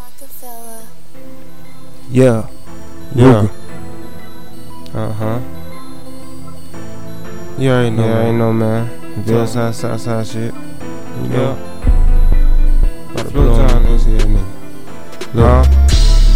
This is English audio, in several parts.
Rockefeller. Yeah. Uh-huh. Yeah. Uh huh. You already know. Yeah, I man. know, man. Yeah. Real side, side, side shit. You Yeah. know. About to Flu blow time. on this here, nigga. Look. Huh?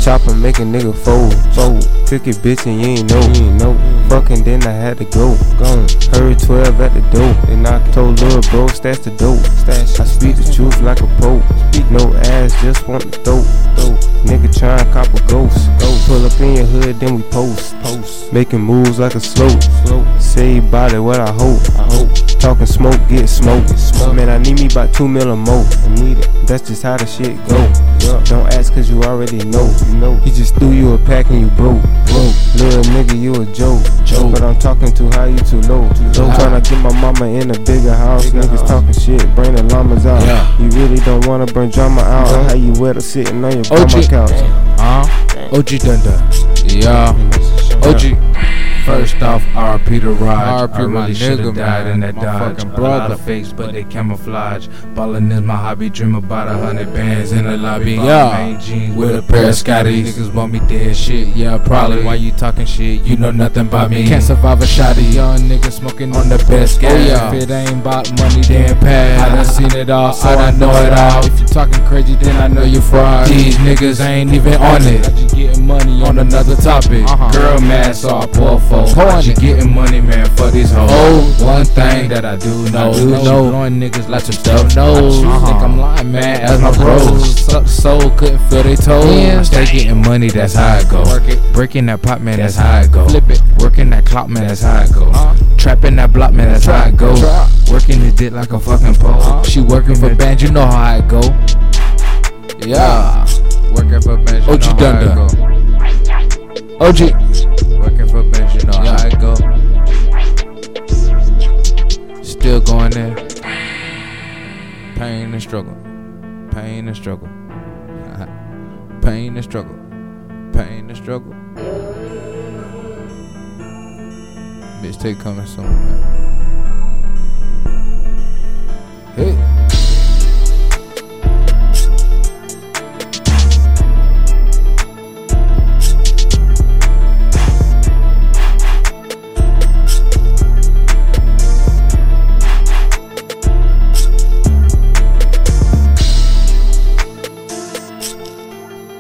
Chopper, make a nigga fold. Fold. Took your bitch and you ain't know. You ain't know. Fucking then I had to go. Gone. Heard 12 at the door. They knock it. Told little bro, stash the dope. Stash. I speak the truth like a pope. Speak no ass, just want the dope. dope. Nigga try and cop a ghost. Go pull up in your hood, then we post. Post. Making moves like a slope. Slow. Say about it what I hope. I hope. Talking smoke, get smoked. Smoke. Man, I need me about two mil or more. I need it. That's just how the shit go. Yeah. Don't ask cause you already know. You know. He just threw you a pack and you broke. Broke. Little nigga, you a joke. Joke. But I'm talking too high, you too low. Too low. Tryna get my mama in a bigger house. Bigger Niggas house. talking shit, bring the llamas out. Yeah. You really don't wanna bring drama out. Don't. How you wet or sitting on your OG. mama couch. Huh? OG Dunda. Yeah. OG. First off, RP to Rod. R.I.P. I my really shoulda nigga, died man. in that My Dodge. fucking A lot brother. of fakes, but they camouflage. Ballin' is my hobby. Dream about a hundred bands in the lobby. Yeah. Main jeans with a pair of Scotties. Niggas want me dead shit. Yeah, probably. Why you talking shit? You know nothing about me. Can't survive a shot of young nigga smoking on the best Oh, gas. yeah. If it ain't about money, then pass. I done seen it all, so I done know it all. If you talking crazy, then I know you fried. These niggas ain't even on it. Got you getting money on another topic. Uh-huh. Girl, mass or portfolio. Pouring Got you it. getting money, man, for these hoes. Oh. one thing that I do know. do is know. You blowing niggas like some Don't dumb know. nose. You think I'm lying, lying, man? man, as my bros. Suck soul, couldn't feel they toes. Damn, Stay getting money, that's how it go. Work it. Breaking that pop, man, that's how it go. Flip it. Working that clock, man, that's how it go. Uh. Trapping that block, man, that's how it go. Trap. Working the dick like a fucking pole. Uh. She working for band, you know how it go. Yeah. Working for band, you OG know how Dunder. it go. OG. Working for bench, you know Yeah. how it go. Still going there. Pain and struggle. Pain and struggle. Pain and struggle. Pain and struggle. Mixtape coming soon, man. Hey.